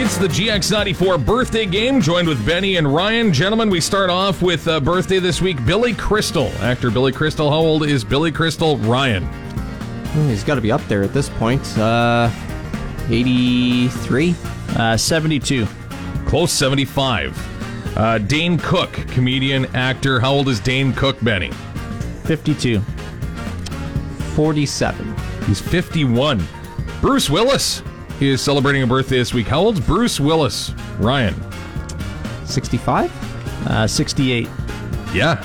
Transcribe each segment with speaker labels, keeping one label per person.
Speaker 1: It's the GX94 birthday game, joined with Benny and Ryan. Gentlemen, we start off with uh, birthday this week Billy Crystal. Actor Billy Crystal. How old is Billy Crystal? Ryan.
Speaker 2: Hmm, He's got to be up there at this point. Uh, 83?
Speaker 3: Uh, 72.
Speaker 1: Close 75. Uh, Dane Cook, comedian, actor. How old is Dane Cook, Benny?
Speaker 3: 52.
Speaker 2: 47.
Speaker 1: He's 51. Bruce Willis he is celebrating a birthday this week. How old's Bruce Willis? Ryan.
Speaker 2: 65?
Speaker 3: Uh, 68.
Speaker 1: Yeah.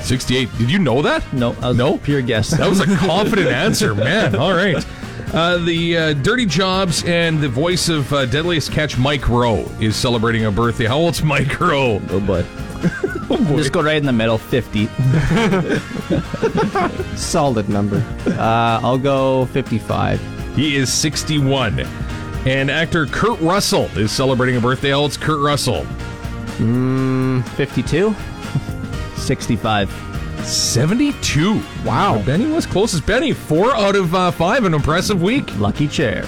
Speaker 1: 68. Did you know that?
Speaker 3: No, I was
Speaker 1: Nope.
Speaker 3: pure guess.
Speaker 1: That was a confident answer, man. All right. Uh, the uh, Dirty Jobs and the voice of uh, Deadliest Catch, Mike Rowe, is celebrating a birthday. How old's Mike Rowe?
Speaker 3: oh boy. Just go right in the middle, 50.
Speaker 2: Solid number. Uh, I'll go 55.
Speaker 1: He is 61. And actor Kurt Russell is celebrating a birthday. How old's Kurt Russell?
Speaker 2: 52?
Speaker 3: 65.
Speaker 1: 72. Wow. Benny was closest. Benny, four out of uh, five, an impressive week.
Speaker 3: Lucky chair.